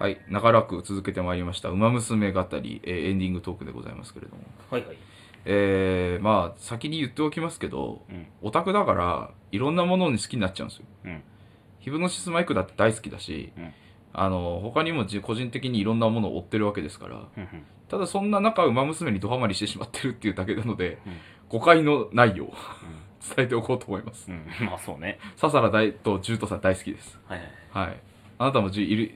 はい、長らく続けてまいりました「ウマ娘語り」えーエンディングトークでございますけれどもはいはい。えー、まあ先に言っておきますけどうん。オタクだからいろんなものに好きになっちゃうんですようん。ヒブノシスマイクだって大好きだし、うんあの他にもじ個人的にいろんなものを追ってるわけですからうんうん。ただそんな中ウマ娘にドハマりしてしまってるっていうだけなので、うん誤解のないよう 伝えておこうと思いますうん。うんまあそうね。笹原大とジュートさん大好きですはいはい。はいあなたもジュいる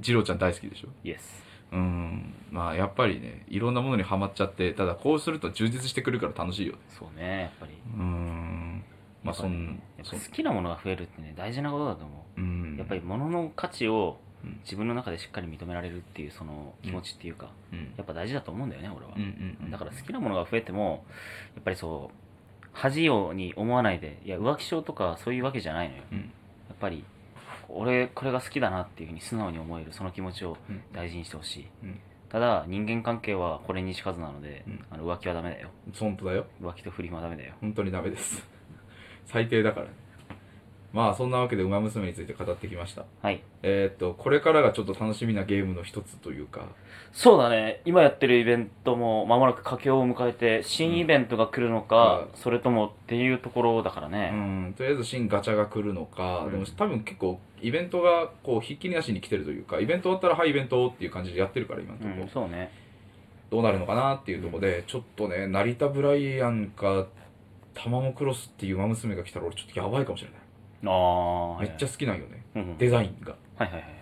ジローちゃん大好きでしょイエス。うんまあやっぱりねいろんなものにはまっちゃってただこうすると充実してくるから楽しいよねそうね、やっぱり。うんまあそんやっぱそんねやっぱ好きなものが増えるってね、大事なことだと思うんう。やっぱり物の価値をうん自分の中でしっかり認められるっていうその気持ちっていうか、うんやっぱ大事だと思うんだよね、俺はうん。うんうんだから好きなものが増えても、やっぱりそう、恥ように思わないで、いや、浮気症とかそういうわけじゃないのよ。うんやっぱり、俺、これが好きだなっていうふうに素直に思える、その気持ちをうん大事にしてほしい。うんただ、人間関係はこれにしかずなので、うんあの浮気はダメだよ。本当だよ浮気と不倫はダメだよ。本当にダメです 最低だからねまあそんなわけで「ウマ娘」について語ってきましたはい。えーっとこれからがちょっと楽しみなゲームの一つというかそうだね、今やってるイベントもまもなく佳境を迎えて、新イベントが来るのか、うそれともっていうところだからうね。んとりあえず新ガチャが来るのか、うんでも多分結構イベントがこうひっきりなしに来てるというかイベント終わったらはいイベントっていう感じでやってるから今のとうころ、ん、そうね。どうなるのかなっていうところで、ちょっとね成田ブライアンかタマモクロスっていう馬娘が来たら俺ちょっとやばいかもしれない、ああ、はいめっちゃ、好きなんよねうんうんデザインがはいはいはいはい。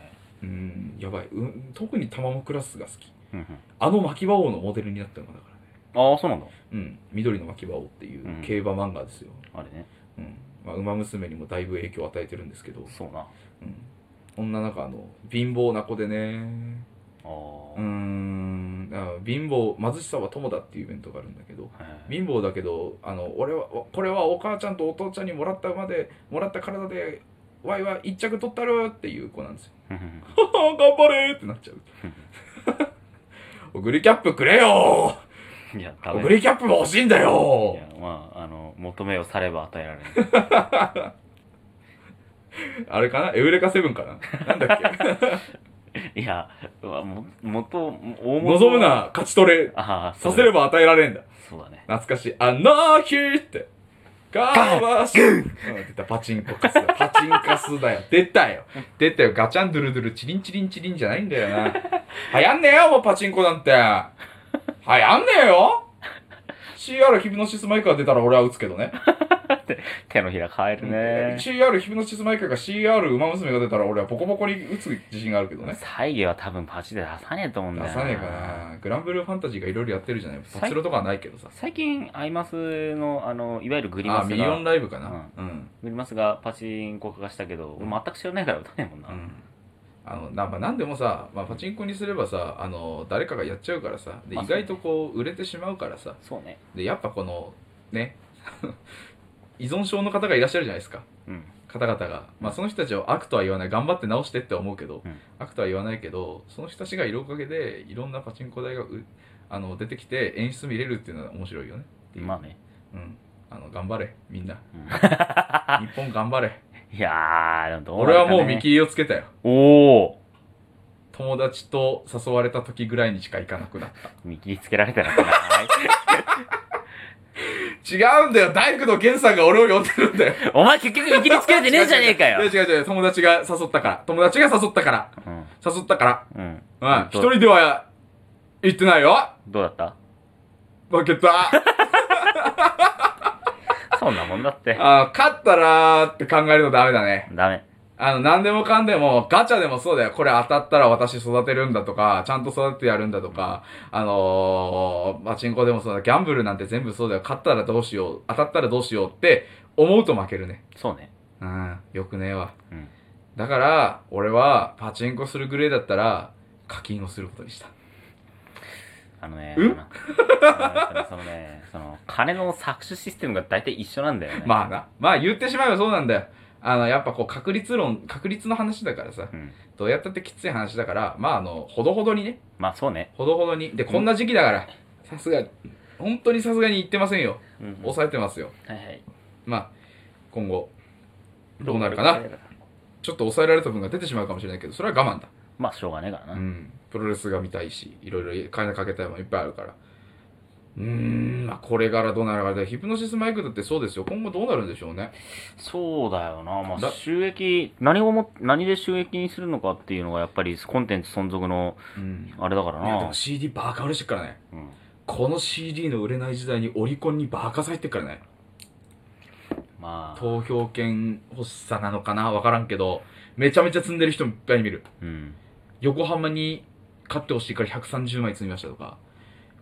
うんやばい、うん、特にタマモクロスが好きうんうんあの牧場王のモデルになったのがだからねああ、そうなんだ。うん緑の牧場王っていう競馬漫画ですよ、あれね。うんまあ、馬娘にもだいぶ影響を与えてるんですけど、そうな。あうん、こんな中あの貧乏な子でねあ。うーんあ貧乏貧しさは友だっていうイベントがあるんだけどはい。貧乏だけどあの俺はこれはお母ちゃんとお父ちゃんにもらった馬でもらった体でワイは一着取ったるっていう子なんですようんうん頑張れーってなっちゃうおぐりキャップくれようんいや、ーダおメぐ。りキャップも欲しいんだいよや、まあ、あの、求めをされば与えられない。あれかなエウレカセブンかななんだっ けいや、うわも、元、大元。望む。な勝ち取れああ、させれば。ば与えられんだそうだね。懐かしい。あの日って。かわし、うん、出た。パチンコカスだ。パチンカスだよ。出たよ。出たよ。ガチャンドゥルドゥル、チリンチリンチリンじゃないんだよな。流行んねえよ、もうパチンコなんて。流行んねえよ。CR ヒブノシスマイカー出たら俺は打つけどね。手のひら変えるね。 CR ヒブノシスマイカーが CR ウマ娘が出たら俺はボコボコに打つ自信があるけどね。再現は多分パチで出さねえと思うんだ出よさねえかな。グランブルーファンタジーがいろいろやってるじゃない。パチロとかはないけどさ。最近、アイマスの、あの、いわゆるグリあ、マスミリオンが、ライブかな。うんグリマスがパチンコ化したけど、俺全く知らないから歌えないもんな。あのなまあ、何でもさ、まあ、パチンコにすればさあの誰かがやっちゃうからさでまあ意外とこう売れてしまうからさそうね。でやっぱこのね 依存症の方がいらっしゃるじゃないですかうん。方々が、まあ、その人たちを悪とは言わない頑張って直してって思うけど、うん悪とは言わないけどその人たちがいるおかげでいろんなパチンコ台がうあの出てきて演出見れるっていうのは面白いよね、まあね。うん、あの頑張れみんなうん日本頑張れ いやー、でもどうな俺るかねはもう見切りをつけたよおお友達と誘われた時ぐらいにしか行かなくなった。見切りつけられたらかな違うんだよ大工の源さんが俺を呼んでるんだよ お前結局見切りつけられてねえじゃねえ かよ違う違う違う違う違う友達が誘ったから。友達が誘ったから。うん誘ったかうんら。うん。ど一人では行ってないよどうだった負けたそんなもんだってあ勝ったらーって考えるのダメだね。ダメあの、何でもかんでも、ガチャでもそうだよ。これ当たったら私育てるんだとか、ちゃんと育ててやるんだとか、あのー、パチンコでもそうだ。ギャンブルなんて全部そうだよ。勝ったらどうしよう、当たったらどうしようって思うと負けるね。そうねうん、よくねえわ。うんだから、俺はパチンコするぐらいだったら、課金をすることにした。あのねうんあのそのねその金の搾取システムが大体一緒なんだよねまあな。まあ言ってしまえばそうなんだよ。あの、やっぱこう、確率論、確率の話だからさ、うんどうやったってきつい話だから、まああの、ほどほどにね、まあそうねほどほどに。で、こんな時期だから、さすがに、本当にさすがに言ってませんよ。うんは抑えてますよ。いはいまあ、今後、どうなるかな。ちょっと抑えられた分が出てしまうかもしれないけど、それは我慢だ。まあ、しょうがねえからな。うん。プロレスが見たいし、いろいろ金かけたいもんいっぱいあるから。うーん、まあ、これからどうなるかで、ヒプノシスマイクだってそうですよ。今後どうなるんでしょうね。そうだよな。まあだ、収益、何をも、何で収益にするのかっていうのが、やっぱりコンテンツ存続の、うん。あれだからいや、でなも。CD バカ売れしてっからね。うんこの CD の売れない時代にオリコンにバカ入ってっからね。まあ、投票権欲しさなのかなわからんけど、めちゃめちゃ積んでる人もいっぱい見る。うん。横浜に買ってほしいから130枚積みましたとか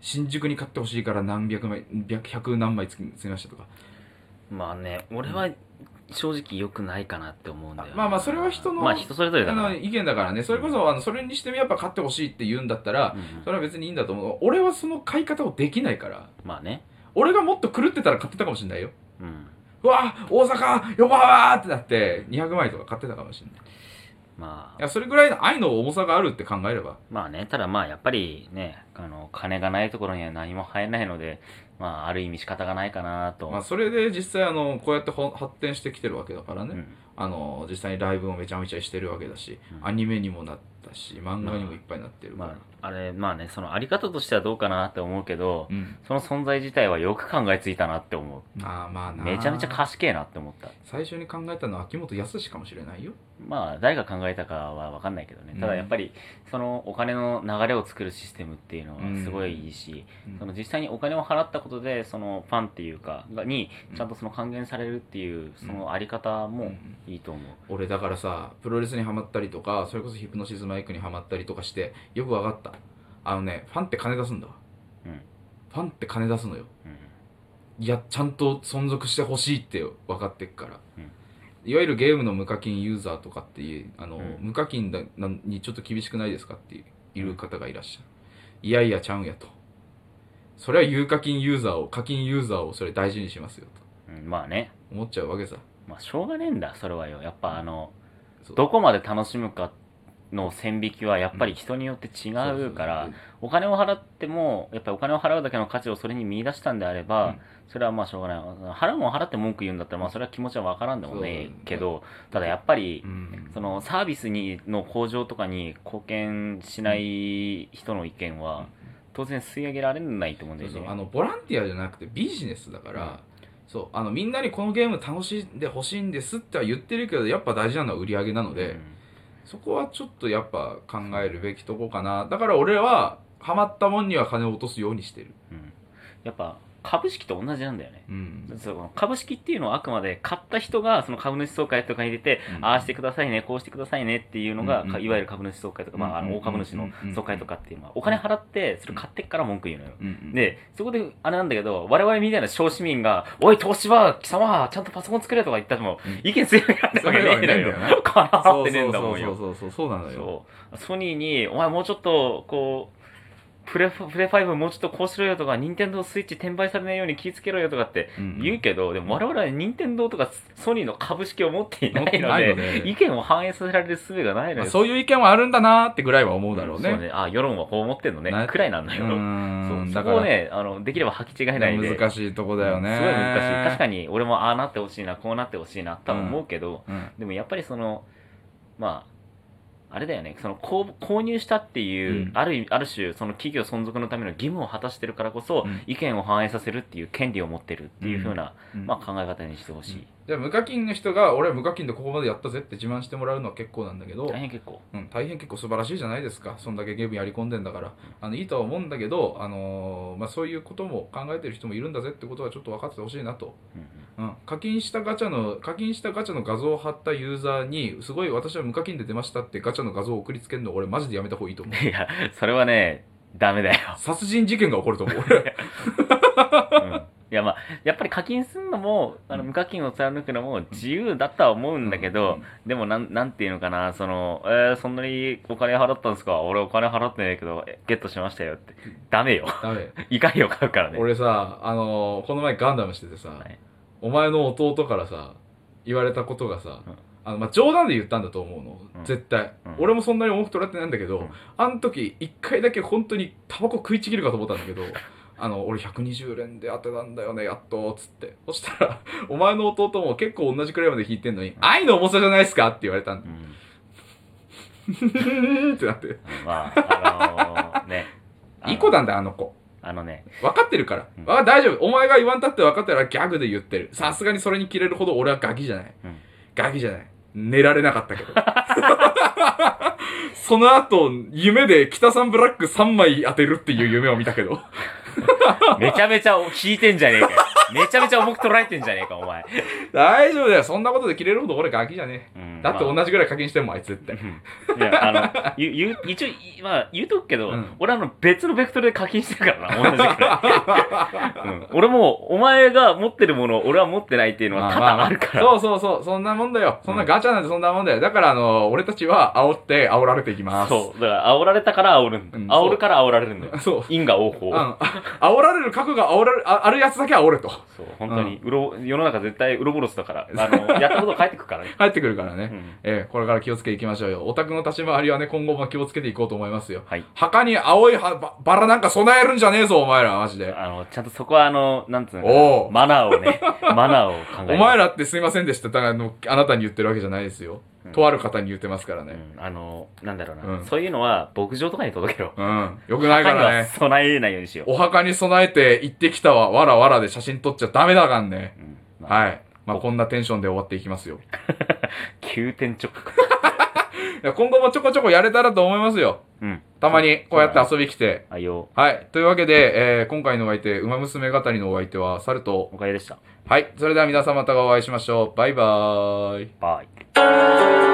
新宿に買ってほしいから何百枚百百何枚積み積みましたとかまあね、俺は正直良くないかなって思うんだよな。まあまあそれは人のまあ、人それぞれだあから。の意見だからねそれこそあのそれにしてもやっぱ買ってほしいって言うんだったらうんうんそれは別にいいんだと思う俺はその買い方をできないからまあね。俺がもっと狂ってたら買ってたかもしれないようん。うわ大阪横浜ってなって200枚とか買ってたかもしれないまいあ、やそれぐらいの愛の重さがあるって考えればまあね、ただまあ、やっぱりね、あの、金がないところには何も入らないので、まあ、ある意味仕方がないかなと。まあそれで実際あのこうやってほ発展してきてるわけだからね、うんあの実際にライブもめちゃめちゃしてるわけだし、うんアニメにもなったし漫画にもいっぱいなってるから、まあ、あれ、まあね、そのあり方としてはどうかなって思うけど、うん、その存在自体はよく考えついたなって思まあまあう。なめちゃめちゃ賢いなって思った。最初に考えたのは秋元康かもしれないよまあ、誰が考えたかは分かんないけどね。ただやっぱり、そのお金の流れを作るシステムっていうのはすごいいいし、うんその実際にお金を払ったことで、そのファンっていうか、がにちゃんとその還元されるっていう、そのあり方うもんいいと思う。俺だからさプロレスにはまったりとかそれこそヒプノシズマイクにはまったりとかしてよくわかったあのねファンって金出すんだわうん。ファンって金出すのようん。いやちゃんと存続してほしいって分かってっから、うんいわゆるゲームの無課金ユーザーとかっていうあの、うん無課金だなにちょっと厳しくないですかっていういる方がいらっしゃるいやいやちゃうんやとそれは有課金ユーザーを課金ユーザーをそれ大事にしますよとうんまあね、思っちゃうわけさまあ、しょうがねえんだ、それはよ。やっぱあの、そうどこまで楽しむかの線引きはやっぱり人によって違うから、お金を払ってもやっぱりお金を払うだけの価値をそれに見出したんであれば、うんそれはまあしょうがない払うもん払って文句言うんだったらまあそれは気持ちはわからんでもねそうえけどただやっぱりう、んそのサービスにの向上とかに貢献しない人の意見は、当然吸い上げられないと思うんだそうよねそうあのボランティアじゃなくてビジネスだから、そうあのみんなにこのゲーム楽しんでほしいんですっては言ってるけどやっぱ大事なのは売り上げなので、そこはちょっとやっぱ考えるべきとこかな。だから俺は、ハマったもんには金を落とすようにしてる。うんうんやっぱ株式と同じなんだよねうん。その株式っていうのはあくまで買った人がその株主総会とかに出て、うんああしてくださいねこうしてくださいねっていうのが、うんうんかいわゆる株主総会とか、まあ、あうんうんのう大ん株主の総会とかっていうのはお金払ってそれ買ってっから文句言うのよ。うんで、そこで、あれなんだけど、我々みたいな小市民が、おい、東芝、貴様、ちゃんとパソコン作れとか言ったのも、うん意見するようになるわけねえそういうわのけねえんだ よよ。かなそっうてねえんだもんそうよ。そうそうそう、そうなのよ。そう。ソニーに、お前もうちょっと、こう、プレフプレファイブもうちょっとこうしろよとか、任天堂スイッチ転売されないように気ぃつけろよとかってうん言うけど、でも我々は任天堂とかソニーの株式を持っていないの持でってないので意見を反映させられる術がないのまあよ、そういう意見はあるんだなーってぐらいは思うだろうね。そあ世論はこう思ってんのねなくらいなんだうよ、ーん。そうそだかこをら、ねあのできれば履き違えないで難しいとこだよね。すごい難しい確かに。に俺もああなってほしいなこうなってほしいなとは思うけど、でもやっぱりそのまああれだよねその購購入したっていう、うんある意味ある種その企業存続のための義務を果たしてるからこそ、うん意見を反映させるっていう権利を持ってるっていう風な、うんまあ、考え方にしてほしい、じゃあ無課金の人が俺は無課金でここまでやったぜって自慢してもらうのは結構なんだけど大変結構うん、大変結構素晴らしいじゃないですか、そんだけゲームやり込んでんだから、あのいいとは思うんだけど、あのーまあ、そういうことも考えてる人もいるんだぜってことはちょっと分かっててほしいなと、うんうんうん、課金したガチャの、課金したガチャの画像を貼ったユーザーに、すごい私は無課金で出ましたってガチャの画像を送りつけるの、俺、マジでやめた方がいいと 思う。いや、それはね、ダメだよ。殺人事件が起こると思う、俺。うんいや、まあ、やっぱり課金するのも、あのうん無課金を貫くのも自由だとは思うんだけど、でもなん、なんていうのかな、その、えーそんなにお金払ったんですか俺お金払ってないけど、えゲットしましたよって。ダメよ。ダメ。怒りを買うからね。俺さ、あのーこの前ガンダムしててさ、はいお前の弟からさ、言われたことがさ、うんあのまあ、冗談で言ったんだと思うの、うん絶対、うん俺もそんなに重く取られてないんだけど、うん あの時一回だけ本当にタバコ食いちぎるかと思ったんだけどあの俺120連で当てたんだよねやっと」つってそしたら 「お前の弟も結構同じくらいまで弾いてんのに愛の重さじゃないっすか?」って言われたんうでん「うん」 ってなってまあ、あのー、ね。あ のいい子なんだよあの子あのね、分かってるから、うんあ大丈夫お前が言わんたって分かったらギャグで言ってるさすがにそれに切れるほど俺はガキじゃないうん。ガキじゃない寝られなかったけど その後夢で北さんブラック3枚当てるっていう夢を見たけ どめちゃめちゃ引いてんじゃねえかよ。めちゃめちゃ重く捉えてんじゃねえか、お前。大丈夫だよそんなことで切れるほど俺ガキじゃねうえんだってまあ同じぐらい課金してんもんあいつってうんいや、あの、言う言う、一応、いまあ、言うとくけど、うん俺あの、別のベクトルで課金してるからな、同じくらい。 うん、俺も、お前が持ってるものを俺は持ってないっていうのは多々あるから。そうそうそうそんなもんだよそんなガチャなんてそんなもんだよだからあの俺たちは煽って煽られていきますそう。だから、煽られたから煽るんだ。うん煽るから煽られるんだ よ。そう因果応報。あの煽られる覚悟が煽られるああるやつだけ煽れとそう、本当に、うろ、世の中絶対ウロボロスだから、あの、やったこと返ってくからね。入ってくるからね、うんえーこれから気をつけていきましょうよオタクの立ち回りはね今後も気をつけていこうと思いますよはい。墓に青いはばバラなんか備えるんじゃねえぞ、お前ら、マジで。あの、ちゃんとそこは、あの、なんつうのかなおうマナー をね、マナーを考えお前ら、らってすいませんでした。だからあの、あなたに言ってるわけじゃないですよ。うんとある方に言ってますからうね。ん、あの、なんだろうな、うんそういうのは牧場とかに届けろ。うん。よくないか他にはらね。備えないようにしよう。お墓に備えて行ってきたわ、わらわらで写真撮っちゃダメだかんね。うんまあはい。まあ、こんなテンションで終わっていきますよ。急転直下。いや今後もちょこちょこやれたらと思いますよ。うん。たまに、こうやって遊び来て。あいよ、はい。というわけで、えー今回のお相手、馬娘語りのお相手は、猿と。おかえりでした。はい。それでは皆様またお会いしましょう。バイバーイ。バイ。 「